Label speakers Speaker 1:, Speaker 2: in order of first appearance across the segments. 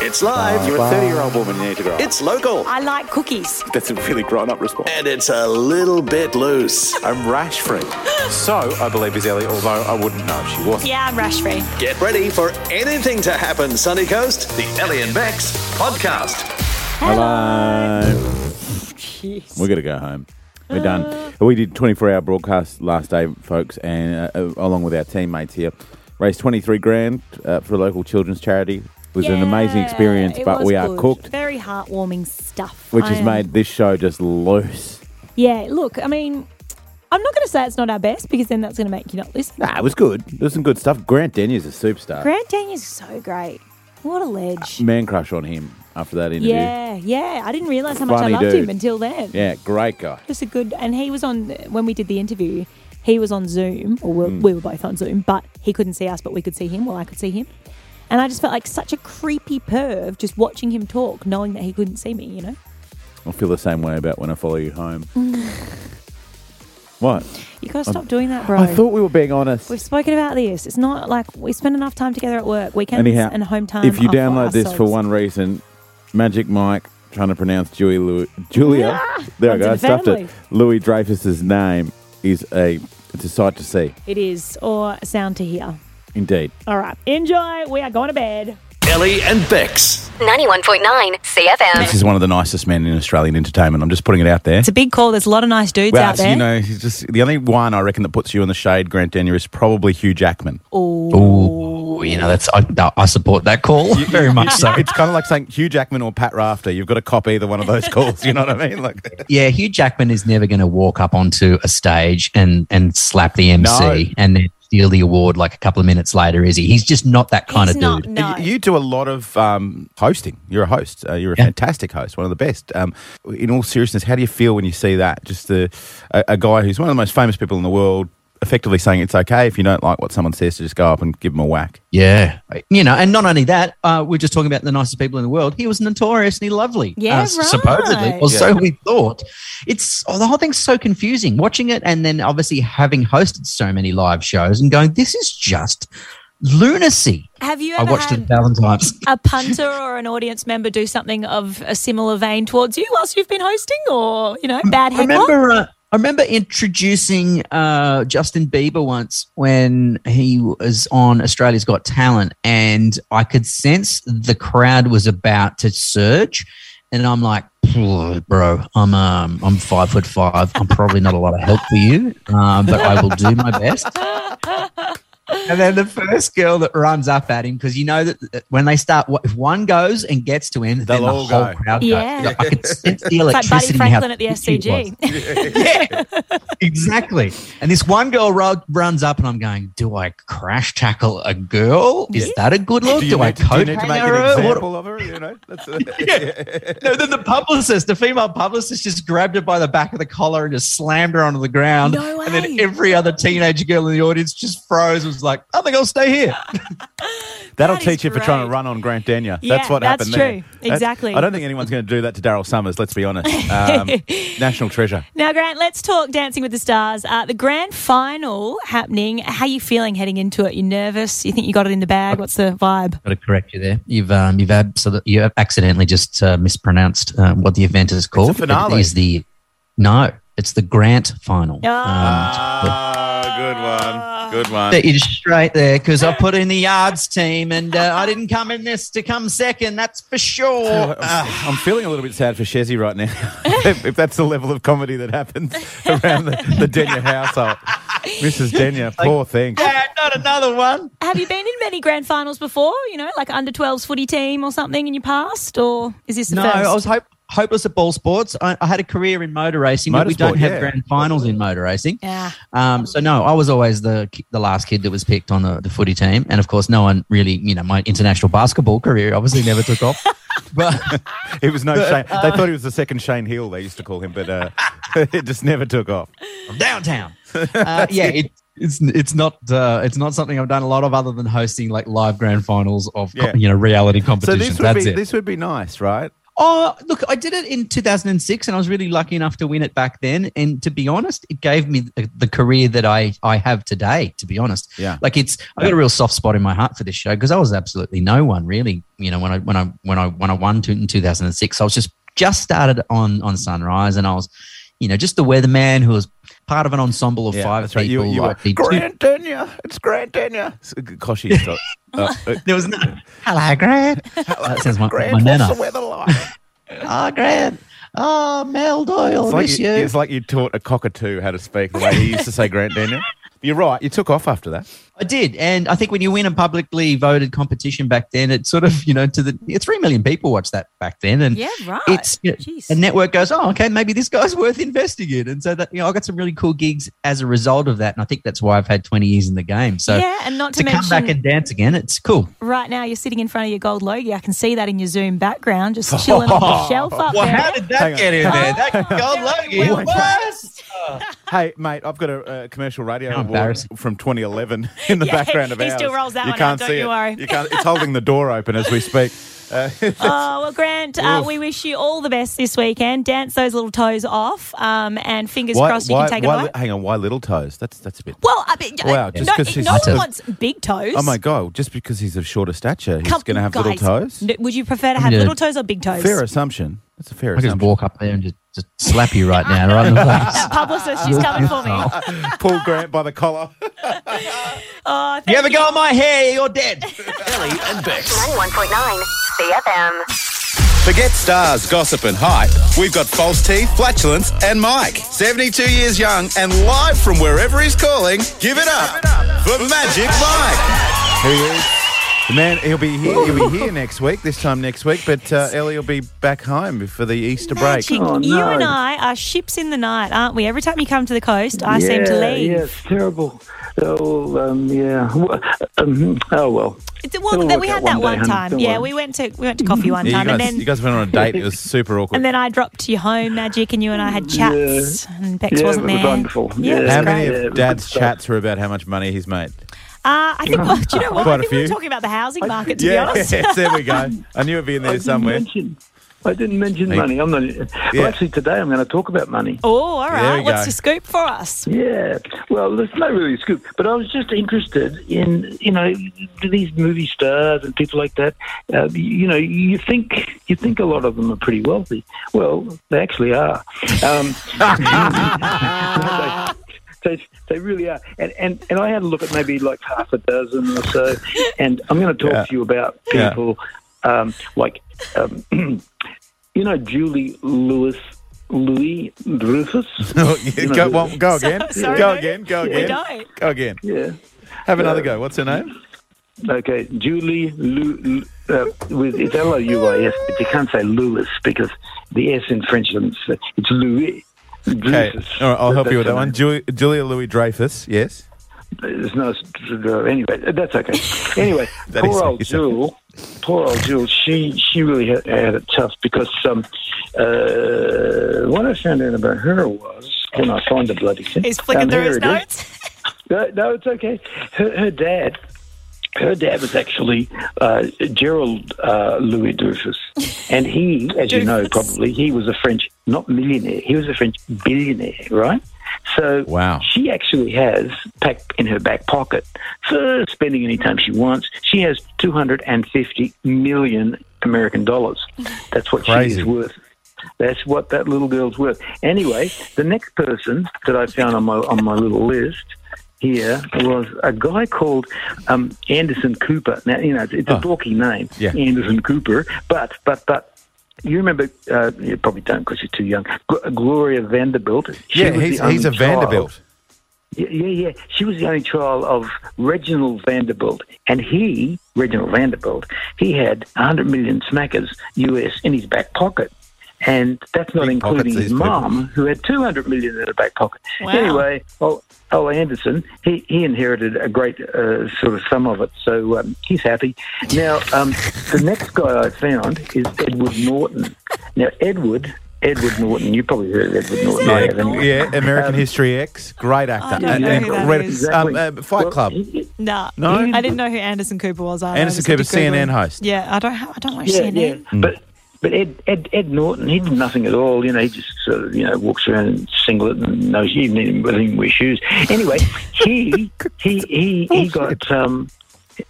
Speaker 1: It's live.
Speaker 2: You're a 30 year old woman, you need to grow up.
Speaker 1: It's local.
Speaker 3: I like cookies.
Speaker 2: That's a really grown up response.
Speaker 1: And it's a little bit loose. Uh,
Speaker 2: I'm rash free. So, I believe is Ellie, although I wouldn't know if she was.
Speaker 3: Yeah, I'm rash free.
Speaker 1: Get ready for anything to happen, Sunny Coast. The Ellie and Bex podcast.
Speaker 2: Hello. We're going to go home. We're done. We did 24 hour broadcast last day, folks, and uh, uh, along with our teammates here, raised 23 grand uh, for a local children's charity. It was an amazing experience,
Speaker 3: it
Speaker 2: but
Speaker 3: was
Speaker 2: we are
Speaker 3: good.
Speaker 2: cooked,
Speaker 3: Very heartwarming stuff.
Speaker 2: which
Speaker 3: I
Speaker 2: has
Speaker 3: am-
Speaker 2: made this show just loose.
Speaker 3: Yeah, look, I mean, I'm not going to say it's not our best because then that's going to make you not listen.
Speaker 2: Nah, it was good. There's some good stuff. Grant Denny's a superstar.
Speaker 3: Grant Daniels is so great. What a ledge.
Speaker 2: Man crush on him after that interview.
Speaker 3: yeah, yeah. I didn't realise how much I
Speaker 2: Funny
Speaker 3: loved
Speaker 2: dude.
Speaker 3: him until then.
Speaker 2: Yeah, great guy.
Speaker 3: Just a good, and he was on, when we did the interview, he was on Zoom, or
Speaker 2: Mm.
Speaker 3: we we were both on Zoom, but he couldn't see us, but we could see him, well, I could see him. And I just felt like such a creepy perv just watching him talk, knowing that he couldn't see me, you know?
Speaker 2: I feel the same way about when I follow you home. what?
Speaker 3: You gotta stop doing that, bro.
Speaker 2: Um, I thought we were being honest.
Speaker 3: We've spoken about this. It's not like we spend enough time together at work, weekends,
Speaker 2: Anyhow,
Speaker 3: and home time.
Speaker 2: if you
Speaker 3: are for
Speaker 2: download this for
Speaker 3: ourselves.
Speaker 2: one reason, Magic Mike trying to pronounce Julia, Louis, Julia. there I
Speaker 3: runs
Speaker 2: go.
Speaker 3: in
Speaker 2: I
Speaker 3: Ah! the
Speaker 2: stuffed
Speaker 3: family.
Speaker 2: it. Louis Dreyfus's name is a it's a sight to see.
Speaker 3: it is or sound to hear.
Speaker 2: Indeed.
Speaker 3: All right, enjoy. We are going to bed.
Speaker 1: Ellie and Bex.
Speaker 4: 91.9 CFM.
Speaker 2: This is one of the nicest men in Australian entertainment. I'm just putting it out there.
Speaker 3: It's a big call. There's a lot of nice dudes
Speaker 2: Well,
Speaker 3: out there.
Speaker 2: you know, he's just the only one I reckon that puts you in the shade, Grant Denyer, is probably Hugh Jackman.
Speaker 5: Ooh, you know, that's I, no, I support that call very much so.
Speaker 2: It's kind of like saying Hugh Jackman or Pat Rafter. You've got to cop either one of those calls. You know what I mean? Like,
Speaker 5: Yeah, Hugh Jackman is never going to walk up onto a stage and and slap the MC
Speaker 2: No.
Speaker 5: and then steal the award like a couple of minutes later, is he? He's just not that kind
Speaker 3: He's
Speaker 5: of
Speaker 3: not,
Speaker 5: dude.
Speaker 3: No.
Speaker 2: you, you do a lot of um, hosting. You're a host. Uh, you're a
Speaker 5: Yeah.
Speaker 2: fantastic host, one of the best. Um, in all seriousness, how do you feel when you see that? Just the, a, a guy who's one of the most famous people in the world, effectively saying it's okay if you don't like what someone says to just go up and give them a whack.
Speaker 5: Yeah, you know, and not only that, uh, we're just talking about the nicest people in the world. He was notoriously lovely,
Speaker 3: Yeah,
Speaker 5: uh, s- supposedly,
Speaker 3: right.
Speaker 5: or so we thought. It's oh, the whole thing's so confusing watching it, and then obviously having hosted so many live shows and going, this is just lunacy.
Speaker 3: Have you
Speaker 5: I
Speaker 3: ever
Speaker 5: watched it
Speaker 3: had
Speaker 5: at Valentine's.
Speaker 3: a punter or an audience member do something of a similar vein towards you whilst you've been hosting, or you know, bad
Speaker 5: I
Speaker 3: heckler?
Speaker 5: remember, uh, I remember introducing uh, Justin Bieber once when he was on Australia's Got Talent, and I could sense the crowd was about to surge. And I'm like, bro, I'm um, I'm five foot five. I'm probably not a lot of help for you, um, but I will do my best. And then the first girl that runs up at him, because you know that when they start, if one goes and gets to him, then
Speaker 2: They'll
Speaker 5: the
Speaker 2: all
Speaker 5: whole
Speaker 2: go.
Speaker 5: crowd goes.
Speaker 3: Yeah.
Speaker 5: I could sense the
Speaker 3: It's like Buddy
Speaker 5: electricity. how
Speaker 3: Franklin at the
Speaker 5: thick it was
Speaker 3: SCG.
Speaker 5: yeah, exactly. And this one girl ro- runs up, and I'm going, "Do I crash tackle a girl? Is that a good look? Do, I coat hang her? What-
Speaker 2: of her? You know, that's
Speaker 5: No, then the publicist, the female publicist, just grabbed her by the back of the collar and just slammed her onto the ground.
Speaker 3: No
Speaker 5: And
Speaker 3: way.
Speaker 5: then every other teenage girl in the audience just froze. Was like, "I think I'll stay here."
Speaker 2: That'll
Speaker 3: That is
Speaker 2: teach you for
Speaker 3: great.
Speaker 2: trying to run on Grant Denyer.
Speaker 3: Yeah,
Speaker 2: that's what
Speaker 3: that's
Speaker 2: happened
Speaker 3: true.
Speaker 2: there. That's-
Speaker 3: Exactly.
Speaker 2: I don't think anyone's going to do that to Daryl Summers, let's be honest. Um, national treasure.
Speaker 3: Now, Grant, let's talk Dancing with the Stars. Uh, the grand final happening. How you feeling heading into it? You nervous? You think you got it in the bag? What's the vibe?
Speaker 5: Got to correct you there. You've um, you've absolutely you have accidentally just uh, mispronounced uh, what the event is called.
Speaker 2: finale.
Speaker 5: It is the no. It's the Grant final.
Speaker 3: Ah.
Speaker 5: Um,
Speaker 2: Ah, good one. Good one.
Speaker 5: that you straight there because I put in the yards team and uh, I didn't come in this to come second. That's for sure. Uh,
Speaker 2: Ah, I'm feeling a little bit sad for Shezzy right now. if, if that's the level of comedy that happens around the, the Denyer household. Mrs. Denyer, poor thing.
Speaker 5: Yeah, not another one.
Speaker 3: Have you been in many grand finals before? You know, like under 12s footy team or something in your past? Or is this the
Speaker 5: No,
Speaker 3: first?
Speaker 5: I was hope- hopeless at ball sports. I, I had a career in motor racing, but we
Speaker 2: Motorsport,
Speaker 5: don't have
Speaker 2: yeah.
Speaker 5: grand finals in motor racing.
Speaker 3: yeah.
Speaker 5: Um, so no, I was always the ki- the last kid that was picked on the, the footy team, and of course, no one really, you know, my international basketball career obviously never took off. But
Speaker 2: It was no Shane. They thought he was the second Shane Hill, they used to call him, but uh, it just never took off.
Speaker 5: from downtown. Uh, yeah, it, it's it's not uh, it's not something I've done a lot of other than hosting like live grand finals of co-
Speaker 2: Yeah.
Speaker 5: you know reality
Speaker 2: So
Speaker 5: competitions.
Speaker 2: this would,
Speaker 5: That's
Speaker 2: be,
Speaker 5: it.
Speaker 2: this would be nice, right?
Speaker 5: Oh, look, I did it in 2006 and I was really lucky enough to win it back then. And to be honest, it gave me the, the career that I, I have today, to be honest.
Speaker 2: Yeah.
Speaker 5: Like it's, I got a real soft spot in my heart for this show because I was absolutely no one really, you know, when I, when I, when I, when I won to, in 2006, I was just, just started on, on Sunrise and I was, you know, just the weatherman who was part of an ensemble of
Speaker 2: Yeah,
Speaker 5: five
Speaker 2: that's right.
Speaker 5: people.
Speaker 2: You, you
Speaker 5: like
Speaker 2: were,
Speaker 5: the two-
Speaker 2: Grand Denya. It's Grand Denya. It's- Koshy. stop. Uh, uh,
Speaker 5: there was no, hello, Grant. that sounds my,
Speaker 2: Grand,
Speaker 5: my
Speaker 2: what's
Speaker 5: nana.
Speaker 2: the weather like?
Speaker 5: Oh, Grant. Oh, Mel Doyle,
Speaker 2: It's like, you, it's like you taught a cockatoo how to speak the way he used to say Grant Daniel. You're right. You took off after that.
Speaker 5: I did, and I think when you win a publicly voted competition back then, it sort of you know to the yeah, three million people watched that back then, and
Speaker 6: Yeah, right.
Speaker 5: it's you know,
Speaker 6: Jeez.
Speaker 5: a network goes, oh, okay, maybe this guy's worth investing in, and so that you know I got some really cool gigs as a result of that, and I think that's why I've had twenty years in the game. So
Speaker 3: yeah, and not to,
Speaker 5: to
Speaker 3: mention,
Speaker 5: come back and dance again, it's cool.
Speaker 3: right now you're sitting in front of your gold logo. I can see that in your Zoom background, just chilling on the shelf up there.
Speaker 5: that
Speaker 2: Hang on. get
Speaker 5: in
Speaker 3: there? That
Speaker 5: gold
Speaker 3: Well placed.
Speaker 2: Hey, mate, I've got a uh, commercial radio
Speaker 5: How
Speaker 2: award
Speaker 5: embarrassing.
Speaker 2: from 2011 in the
Speaker 3: Yeah,
Speaker 2: background of
Speaker 3: he
Speaker 2: ours.
Speaker 3: still rolls that
Speaker 2: you
Speaker 3: one out,
Speaker 2: can't
Speaker 3: don't
Speaker 2: see
Speaker 3: you
Speaker 2: it.
Speaker 3: worry.
Speaker 2: You can't, it's holding the door open as we speak.
Speaker 3: Oh, well, Grant, uh,
Speaker 2: Oof.
Speaker 3: we wish you all the best this weekend. Dance those little toes off um, and fingers crossed you can take
Speaker 2: why,
Speaker 3: it away.
Speaker 2: Hang on, why little toes? That's that's a bit.
Speaker 3: Well, I mean,
Speaker 2: Wow,
Speaker 3: uh,
Speaker 2: just
Speaker 3: no,
Speaker 2: 'cause she's-
Speaker 3: no one
Speaker 5: Just-
Speaker 3: wants big toes.
Speaker 2: Oh my god! Just because he's of shorter stature, he's
Speaker 3: Come-
Speaker 2: going to have little
Speaker 3: guys,
Speaker 2: toes.
Speaker 3: n- Would you prefer to have
Speaker 5: Yeah.
Speaker 3: little toes or big toes?
Speaker 2: Fair assumption. That's a fair
Speaker 5: I just
Speaker 2: assumption.
Speaker 5: walk up there and just, just slap you right now, right in the face.
Speaker 3: That publicist, she's coming for me.
Speaker 2: Pull Grant by the collar.
Speaker 3: Oh,
Speaker 5: You
Speaker 3: thank
Speaker 5: ever go on my hair, you're dead.
Speaker 7: Ellie and Bex.
Speaker 4: 91.9 CFM.
Speaker 8: Forget stars, gossip, and hype. We've got false teeth, flatulence, and Mike. 72 years young and live from wherever he's calling. Give it up for Magic Mike.
Speaker 2: Here he is. The man, he'll be here. He'll be here next week. This time next week, but uh, Ellie will be back home for the Easter break.
Speaker 3: Magic.
Speaker 9: Oh,
Speaker 3: You and I are ships in the night, aren't we? Every time you come to the coast, I seem to leave.
Speaker 9: Yeah, it's terrible. Oh, um, yeah. Well, um, oh, well.
Speaker 3: It's- Well,
Speaker 9: It'll
Speaker 3: then
Speaker 9: work
Speaker 3: we
Speaker 9: out
Speaker 3: had that
Speaker 9: one day,
Speaker 3: one
Speaker 9: hun.
Speaker 3: time.
Speaker 9: Don't
Speaker 3: Yeah,
Speaker 9: worry.
Speaker 3: we went to we went to coffee
Speaker 9: Mm-hmm.
Speaker 3: one
Speaker 2: Yeah, you
Speaker 3: time,
Speaker 2: guys,
Speaker 3: and
Speaker 2: you
Speaker 3: then
Speaker 2: guys went on a date. It was super awkward.
Speaker 3: and then I dropped you home, Magic, and you and I had chats, and Bex
Speaker 9: Yeah,
Speaker 3: wasn't
Speaker 9: it was
Speaker 3: there.
Speaker 9: wonderful.
Speaker 3: Yeah, it
Speaker 9: Yeah.
Speaker 3: was
Speaker 2: How
Speaker 3: great.
Speaker 2: many
Speaker 9: Yeah, it
Speaker 2: of
Speaker 9: was
Speaker 2: Dad's
Speaker 9: good stuff.
Speaker 2: chats were about how much money he's made?
Speaker 3: Uh, I think. Well, do you know what?
Speaker 2: Quite a
Speaker 3: I think we were
Speaker 2: few.
Speaker 3: talking about the housing market. To be honest,
Speaker 2: yes, there we go. I knew it'd be in
Speaker 9: I
Speaker 2: there
Speaker 9: didn't
Speaker 2: somewhere.
Speaker 9: mention- I didn't mention
Speaker 2: Hey.
Speaker 9: money. I'm not.
Speaker 2: Yeah.
Speaker 9: Well, actually, today I'm going to talk about money.
Speaker 3: Oh, all
Speaker 2: There
Speaker 3: right.
Speaker 2: we
Speaker 3: What's
Speaker 2: go.
Speaker 3: your scoop for us?
Speaker 9: Yeah. Well, there's no really scoop, but I was just interested in you know these movie stars and people like that. Uh, you know, you think you think a lot of them are pretty wealthy. Well, they actually are. Um, they, they, they really are. And, and and I had a look at maybe like half a dozen or so, and I'm going to talk
Speaker 2: Yeah.
Speaker 9: to you about
Speaker 2: Yeah.
Speaker 9: people um, like um, you know Julie Lewis. Louis Dreyfus.
Speaker 2: Oh,
Speaker 9: You
Speaker 2: yeah,
Speaker 9: know,
Speaker 2: go, well, go again.
Speaker 3: sorry,
Speaker 2: go
Speaker 3: mate.
Speaker 2: again. Go
Speaker 3: We
Speaker 2: again.
Speaker 3: don't.
Speaker 2: Go again.
Speaker 9: yeah.
Speaker 2: Have another go. What's her name?
Speaker 9: Okay, Julie Lu, uh, with it's L O U I S, but you can't say Lewis because the S in French doesn't. say- It's Louis.
Speaker 2: Okay.
Speaker 9: Jesus.
Speaker 2: All right, I'll help you with
Speaker 9: That's um,
Speaker 2: that one. Ju- Julia Louis Dreyfus. Yes.
Speaker 9: it's not. Anyway, that's okay. Anyway,
Speaker 2: That is-
Speaker 9: poor old
Speaker 2: is that-
Speaker 9: Jewel. Poor old Jewel. She she really had, had it tough because um, uh, what I found out about her was can I find the bloody thing?
Speaker 3: He's flicking
Speaker 9: Um,
Speaker 3: through
Speaker 9: here
Speaker 3: his
Speaker 9: it is.
Speaker 3: notes.
Speaker 9: No, no, it's okay. Her, her dad, her dad was actually uh, Gerald uh, Louis Dreyfus, and he, as you know,
Speaker 3: Dreyfus.
Speaker 9: probably he was a French, not millionaire, he was a French billionaire, right? So
Speaker 2: Wow.
Speaker 9: she actually has packed in her back pocket for spending any time she wants. She has two hundred and fifty million American dollars. That's what
Speaker 2: Crazy.
Speaker 9: she is worth. That's what that little girl's worth. Anyway, the next person that I found on my on my little list here was a guy called um, Anderson Cooper. Now you know it's, it's
Speaker 2: Oh.
Speaker 9: a dorky name,
Speaker 2: Yeah.
Speaker 9: Anderson Cooper. But but but you remember? Uh, you probably don't because you're too young. Gl- Gloria Vanderbilt. She
Speaker 2: Yeah,
Speaker 9: was
Speaker 2: he's,
Speaker 9: the
Speaker 2: he's a
Speaker 9: only child-
Speaker 2: Vanderbilt.
Speaker 9: yeah, yeah, yeah. She was the only child of Reginald Vanderbilt, and he, Reginald Vanderbilt, he had a hundred million smackers US in his back pocket, and that's not
Speaker 2: Big pockets,
Speaker 9: including
Speaker 2: these
Speaker 9: his
Speaker 2: people.
Speaker 9: mom, who had two hundred million in her back pocket.
Speaker 3: Wow.
Speaker 9: Anyway, oh, oh, Anderson, he, he inherited a great uh, sort of sum of it, so um, he's happy. Now, um, the next guy I found is Edward Norton. Now, Edward. Edward Norton, you probably heard of Edward Norton. I haven't.
Speaker 2: Yeah, yeah,
Speaker 9: Um,
Speaker 2: American History X, great actor,
Speaker 3: I don't
Speaker 2: An-
Speaker 3: know who that
Speaker 2: incredible-
Speaker 3: is.
Speaker 2: um, uh, Fight
Speaker 9: Well,
Speaker 2: Club,
Speaker 9: he- he-
Speaker 3: Nah,
Speaker 2: No?
Speaker 3: I didn't know who Anderson Cooper was. Either. I
Speaker 2: Anderson
Speaker 3: just had
Speaker 2: Cooper,
Speaker 3: to Google
Speaker 2: CNN
Speaker 3: him.
Speaker 2: host.
Speaker 3: Yeah, I don't. Have, I don't watch
Speaker 9: Yeah,
Speaker 3: CNN.
Speaker 9: yeah. But But Ed, Ed, Ed Norton, he did nothing at all. You know, he just sort of, you know, walks around in singlet and no, you didn't even let him wear shoes. Anyway, he he he he got um,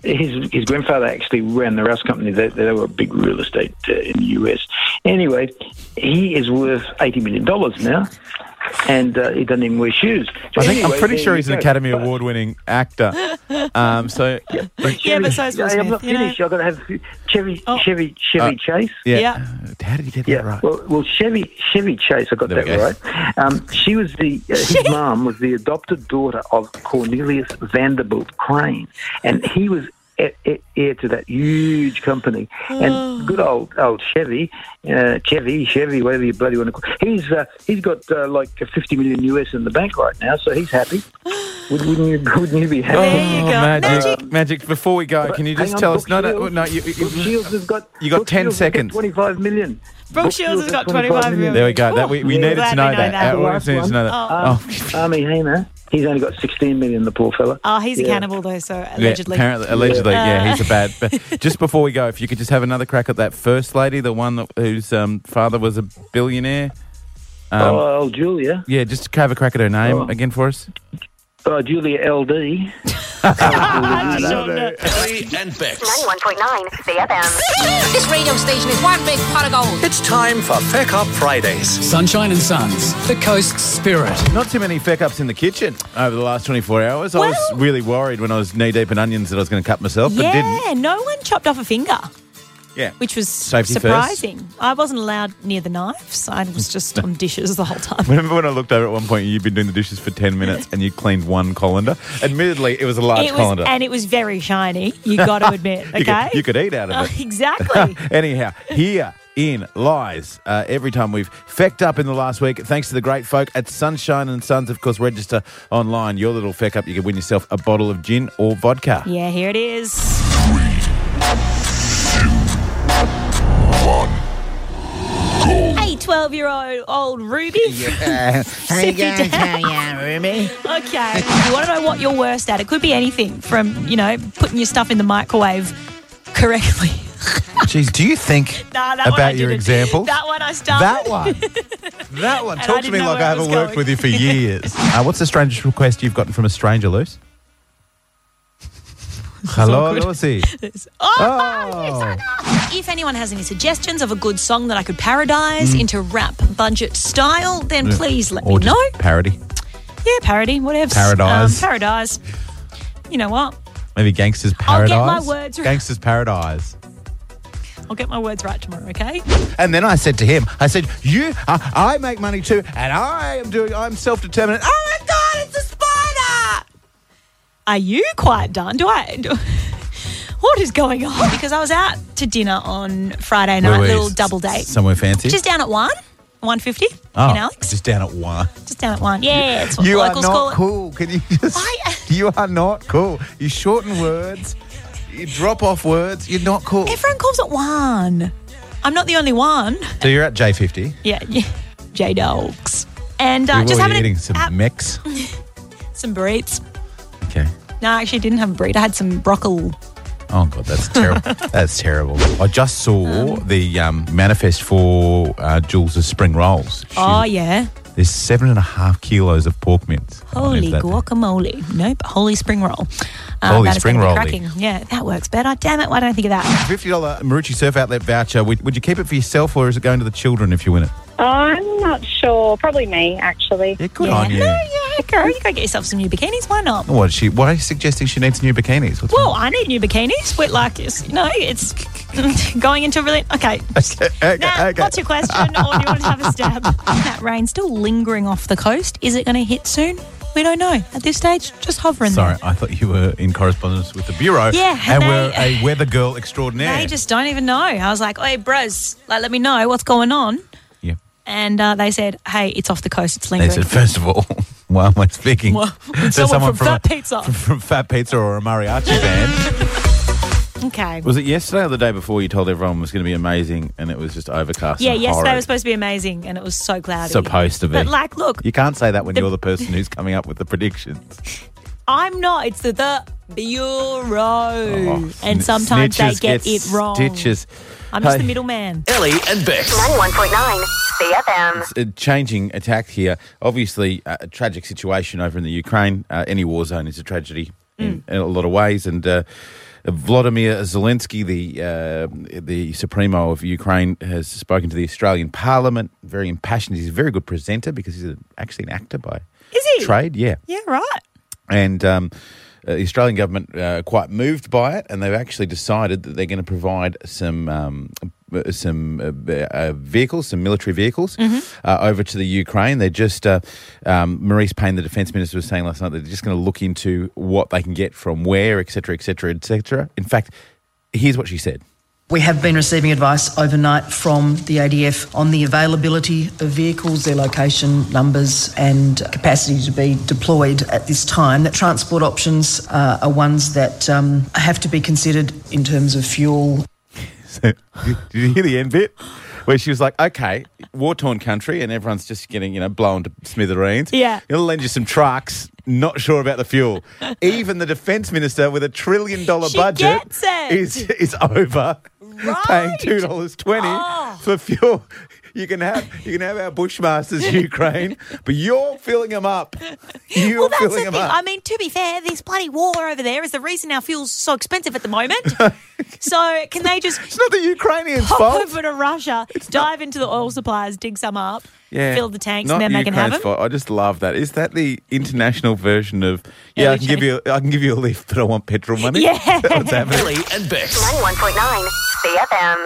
Speaker 9: his his grandfather actually ran the Rouse Company. They, they were a big real estate uh, in the US. Anyway, he is worth eighty million dollars now, and uh, he doesn't even wear shoes. So
Speaker 2: I think I'm
Speaker 9: anyway,
Speaker 2: pretty
Speaker 9: there
Speaker 2: sure
Speaker 9: you
Speaker 2: he's an
Speaker 9: go.
Speaker 2: Academy Award winning actor. Um, so yeah,
Speaker 3: Yeah, but so is Will
Speaker 9: Hey, I'm
Speaker 3: Smith.
Speaker 9: not
Speaker 3: you know?
Speaker 9: finished. I've got to have a few- Chevy
Speaker 3: Oh.
Speaker 9: Chevy Chevy Chase.
Speaker 3: Yeah.
Speaker 2: How did you get
Speaker 9: Yeah,
Speaker 2: that Uh, right?
Speaker 9: well, well, Chevy Chevy Chase, I got
Speaker 2: There we
Speaker 9: that right. Um, she was the uh, his mom was the adopted daughter of Cornelius Vanderbilt Crane, and he was he- he- heir to that huge company.
Speaker 3: Oh.
Speaker 9: And good old old Chevy, uh, Chevy Chevy, whatever you bloody want to call. He's uh, he's got uh, like fifty million US in the bank right now, so he's happy. Wouldn't wouldn't you, wouldn't you be happy?
Speaker 3: There you go.
Speaker 2: Oh, Magic.
Speaker 3: Magic.
Speaker 2: magic. Before we go, can you
Speaker 9: Hang
Speaker 2: just
Speaker 9: on,
Speaker 2: tell us?
Speaker 9: Brooke
Speaker 2: No, no,
Speaker 9: Shields-
Speaker 2: no. You,
Speaker 9: Brooke Shields
Speaker 2: you,
Speaker 9: has got
Speaker 2: you got
Speaker 9: Brooke
Speaker 2: 10
Speaker 9: Shields has got
Speaker 2: seconds.
Speaker 9: Twenty-five million.
Speaker 3: Brooke Shields has got 25 million.
Speaker 2: there we go. That we, we
Speaker 3: Ooh,
Speaker 2: needed
Speaker 3: glad
Speaker 2: to know
Speaker 3: we know
Speaker 2: that.
Speaker 3: that.
Speaker 2: Our audience
Speaker 9: The last
Speaker 2: needs to know that.
Speaker 3: one.
Speaker 2: Oh,
Speaker 9: Army Hamer, he's only got 16 million, the poor fella.
Speaker 3: Oh, he's a
Speaker 9: Yeah.
Speaker 3: cannibal though, so
Speaker 2: Yeah,
Speaker 3: allegedly.
Speaker 2: apparently, allegedly, yeah,
Speaker 3: Uh,
Speaker 2: he's a bad. But just before we go, if you could just have another crack at that first lady, the one that, whose um, father was a billionaire. Um,
Speaker 9: oh, old Julia.
Speaker 2: Yeah, just have a crack at her name
Speaker 9: Oh.
Speaker 2: again for us.
Speaker 9: Oh, Julia LD.
Speaker 1: Ellie and Bex.
Speaker 4: 91.9 CFM.
Speaker 10: This radio station is one big pot of gold.
Speaker 1: It's time for Feck Up Fridays.
Speaker 11: Sunshine and Suns, the coast spirit.
Speaker 2: Not too many feck ups in the kitchen over the last 24 hours. I was
Speaker 3: Well-
Speaker 2: really worried when I was knee deep in onions that I was going to cut myself, but didn't.
Speaker 3: yeah, no one chopped off a finger,
Speaker 2: Yeah.
Speaker 3: which was
Speaker 2: Safety first.
Speaker 3: surprising. I wasn't allowed near the knives. I was just on dishes the whole time.
Speaker 2: Remember when I looked over at one point, you've been doing the dishes for 10 minutes and you cleaned one colander? Admittedly, it was a large
Speaker 3: It was,
Speaker 2: colander.
Speaker 3: and it was very shiny. You got to admit, okay?
Speaker 2: You could- you could eat out of
Speaker 3: Oh,
Speaker 2: it.
Speaker 3: exactly.
Speaker 2: Anyhow, here in lies uh, every time we've fecked up in the last week. Thanks to the great folk at Sunshine and Sons, of course. Register online. Your little feck up, you can win yourself a bottle of gin or vodka.
Speaker 3: yeah, here it is. A 12 year old old Ruby. Sit you down. Okay. you want to know what you're worst at? It could be anything from, you know, putting your stuff in the microwave correctly.
Speaker 2: Jeez, do you think
Speaker 3: Nah, that one I
Speaker 2: about your
Speaker 3: didn't.
Speaker 2: examples?
Speaker 3: That one I started.
Speaker 2: That one. That one.
Speaker 3: And I
Speaker 2: Talk to
Speaker 3: didn't
Speaker 2: me
Speaker 3: know
Speaker 2: like
Speaker 3: where
Speaker 2: I
Speaker 3: I
Speaker 2: haven't
Speaker 3: was
Speaker 2: worked
Speaker 3: going.
Speaker 2: with you for years. uh, what's the strangest request you've gotten from a stranger, Luce? Hello,
Speaker 3: awkward.
Speaker 2: Lucy.
Speaker 3: Oh,
Speaker 2: Oh.
Speaker 3: If anyone has any suggestions of a good song that I could parodise into rap budget style, then please let
Speaker 2: Mm. Or
Speaker 3: me
Speaker 2: just
Speaker 3: know.
Speaker 2: parody.
Speaker 3: Yeah, parody, whatever.
Speaker 2: Paradise.
Speaker 3: Um, paradise. You know what?
Speaker 2: Maybe Gangster's
Speaker 3: I'll
Speaker 2: Paradise.
Speaker 3: get my words right.
Speaker 2: Gangster's Paradise.
Speaker 3: I'll get my words right tomorrow, okay?
Speaker 2: And then I said to him, I said, "You, uh, I make money too, and I am doing. I'm self-determined. Oh my God, it's a spider!"
Speaker 3: Are you quite done? Do I. Do, what is going on? Because I was out to dinner on Friday night, little double date.
Speaker 2: somewhere fancy.
Speaker 3: Just down at one, 150
Speaker 2: oh,
Speaker 3: in Alex. Just,
Speaker 2: just down at one.
Speaker 3: down at one. Yeah, it's what
Speaker 2: you are
Speaker 3: locals call
Speaker 2: not
Speaker 3: it.
Speaker 2: cool. Can you just?
Speaker 3: Why-
Speaker 2: You are not cool. You shorten words. You drop off words. You're not cool.
Speaker 3: Everyone calls it one. I'm not the only one.
Speaker 2: So you're at J50.
Speaker 3: Yeah, yeah. J Dogs. And uh,
Speaker 2: You're
Speaker 3: just having a- Mm.
Speaker 2: eating some
Speaker 3: ha-
Speaker 2: mix.
Speaker 3: some burritos.
Speaker 2: Okay.
Speaker 3: No, I actually didn't have a burrito. I had some broccoli.
Speaker 2: Oh god, that's terrible. that's terrible. I just saw the um, manifest for uh, Jules' spring rolls. She-
Speaker 3: Oh, yeah.
Speaker 2: There's seven and a half kilos of pork mince. I don't know if
Speaker 3: Holy
Speaker 2: that-
Speaker 3: guacamole. Nope, holy spring roll. Uh,
Speaker 2: Holy
Speaker 3: that is
Speaker 2: spring
Speaker 3: gonna be
Speaker 2: rolly.
Speaker 3: cracking. Yeah, that works better. Damn it, why don't I think of that?
Speaker 2: $50 Marucci Surf Outlet voucher. Would, would you keep it for yourself or is it going to the children if you win it?
Speaker 12: I'm not sure. Probably me, actually.
Speaker 2: Yeah, good
Speaker 3: yeah.
Speaker 2: on you.
Speaker 3: No, yeah, girl, you go get yourself some new bikinis. Why not?
Speaker 2: What, is she, why are you suggesting she needs new bikinis? What's
Speaker 3: Well, I need new bikinis. Wait, like, it's, you know, it's going into a really. Okay.
Speaker 2: Okay,
Speaker 3: Now,
Speaker 2: okay.
Speaker 3: what's your question? Or do you want to have a stab? that rain still lingering off the coast. Is it going to hit soon? We don't know. At this stage, just hovering there.
Speaker 2: Sorry, I thought you were in correspondence with the Bureau.
Speaker 3: Yeah,
Speaker 2: and
Speaker 3: and
Speaker 2: we're
Speaker 3: they-
Speaker 2: a weather girl extraordinaire.
Speaker 3: They just don't even know. I was like, "Hey, bros, like, let me know what's going on."
Speaker 2: yeah.
Speaker 3: And uh, they said, "Hey, it's off the coast. It's
Speaker 2: They
Speaker 3: lingering."
Speaker 2: said, first of all, why am I speaking?
Speaker 3: Well,
Speaker 2: to
Speaker 3: someone from Fat Pizza.
Speaker 2: From, from Fat Pizza or a mariachi band.
Speaker 3: okay.
Speaker 13: Was it yesterday or the day before you told everyone it was going to be amazing and it was just overcast?
Speaker 3: Yeah,
Speaker 13: and
Speaker 3: yesterday
Speaker 13: horrid?
Speaker 3: was supposed to be amazing, and it was so cloudy.
Speaker 13: supposed to be.
Speaker 3: But like, look,
Speaker 2: You can't say that when
Speaker 3: The-
Speaker 2: you're the person who's coming up with the predictions.
Speaker 3: I'm not. It's the the Bureau.
Speaker 2: Oh, sn-
Speaker 3: and sometimes they
Speaker 2: snitches
Speaker 3: get, it wrong.
Speaker 2: Stitches.
Speaker 3: I'm just
Speaker 2: Hey.
Speaker 3: the middleman.
Speaker 1: Ellie and Bex.
Speaker 4: 91.9 CFM.
Speaker 2: It's a changing attack here. Obviously, uh, a tragic situation over in the Ukraine. Uh, any war zone is a tragedy in,
Speaker 3: Mm.
Speaker 2: in a lot of ways. And uh, Vladimir Zelensky, the uh, the supremo of Ukraine, has spoken to the Australian Parliament. Very impassioned. He's a very good presenter because he's a, actually an actor by
Speaker 3: Is he?
Speaker 2: trade. Yeah,
Speaker 3: Yeah, right.
Speaker 2: and. Um, uh, the Australian government uh, quite moved by it, and they've actually decided that they're going to provide some um, uh, some uh, uh, vehicles, some military vehicles, uh, over to the Ukraine. They're just uh, um, Maurice Payne, the defence minister, was saying last night that they're just going to look into what they can get from where, etc., etc., etc. In fact, here's what she said.
Speaker 14: We have been receiving advice overnight from the ADF on the availability of vehicles, their location, numbers, and capacity to be deployed at this time. That transport options uh, are ones that um, have to be considered in terms of fuel.
Speaker 2: Did you hear the end bit? Where she was like, okay, war torn country, and everyone's just getting, you know, blown to smithereens.
Speaker 3: Yeah.
Speaker 2: It'll lend you some trucks, not sure about the fuel. Even the defense minister with a trillion dollar
Speaker 3: She
Speaker 2: budget
Speaker 3: gets it.
Speaker 2: is is over paying two dollars twenty
Speaker 3: Oh.
Speaker 2: for fuel. You can have you can have our Bushmasters Ukraine, but you're filling them up. You're
Speaker 3: well, that's
Speaker 2: filling
Speaker 3: the
Speaker 2: them
Speaker 3: thing.
Speaker 2: up.
Speaker 3: I mean, to be fair, this bloody war over there is the reason our fuel's so expensive at the moment. so can they just
Speaker 2: it's not the Ukrainians'
Speaker 3: pop
Speaker 2: fault.
Speaker 3: over to Russia, dive into the oil supplies, dig some up, fill the tanks,
Speaker 2: not
Speaker 3: and then they can have
Speaker 2: Ukraine's
Speaker 3: them?
Speaker 2: fault. I just love that. Is that the international version of yeah?
Speaker 3: Yeah,
Speaker 2: I can give you, I can give you a lift, but I want petrol money.
Speaker 3: Yeah.
Speaker 2: That's what's happening.
Speaker 1: Ellie and Bex.
Speaker 4: 91.9 CFM.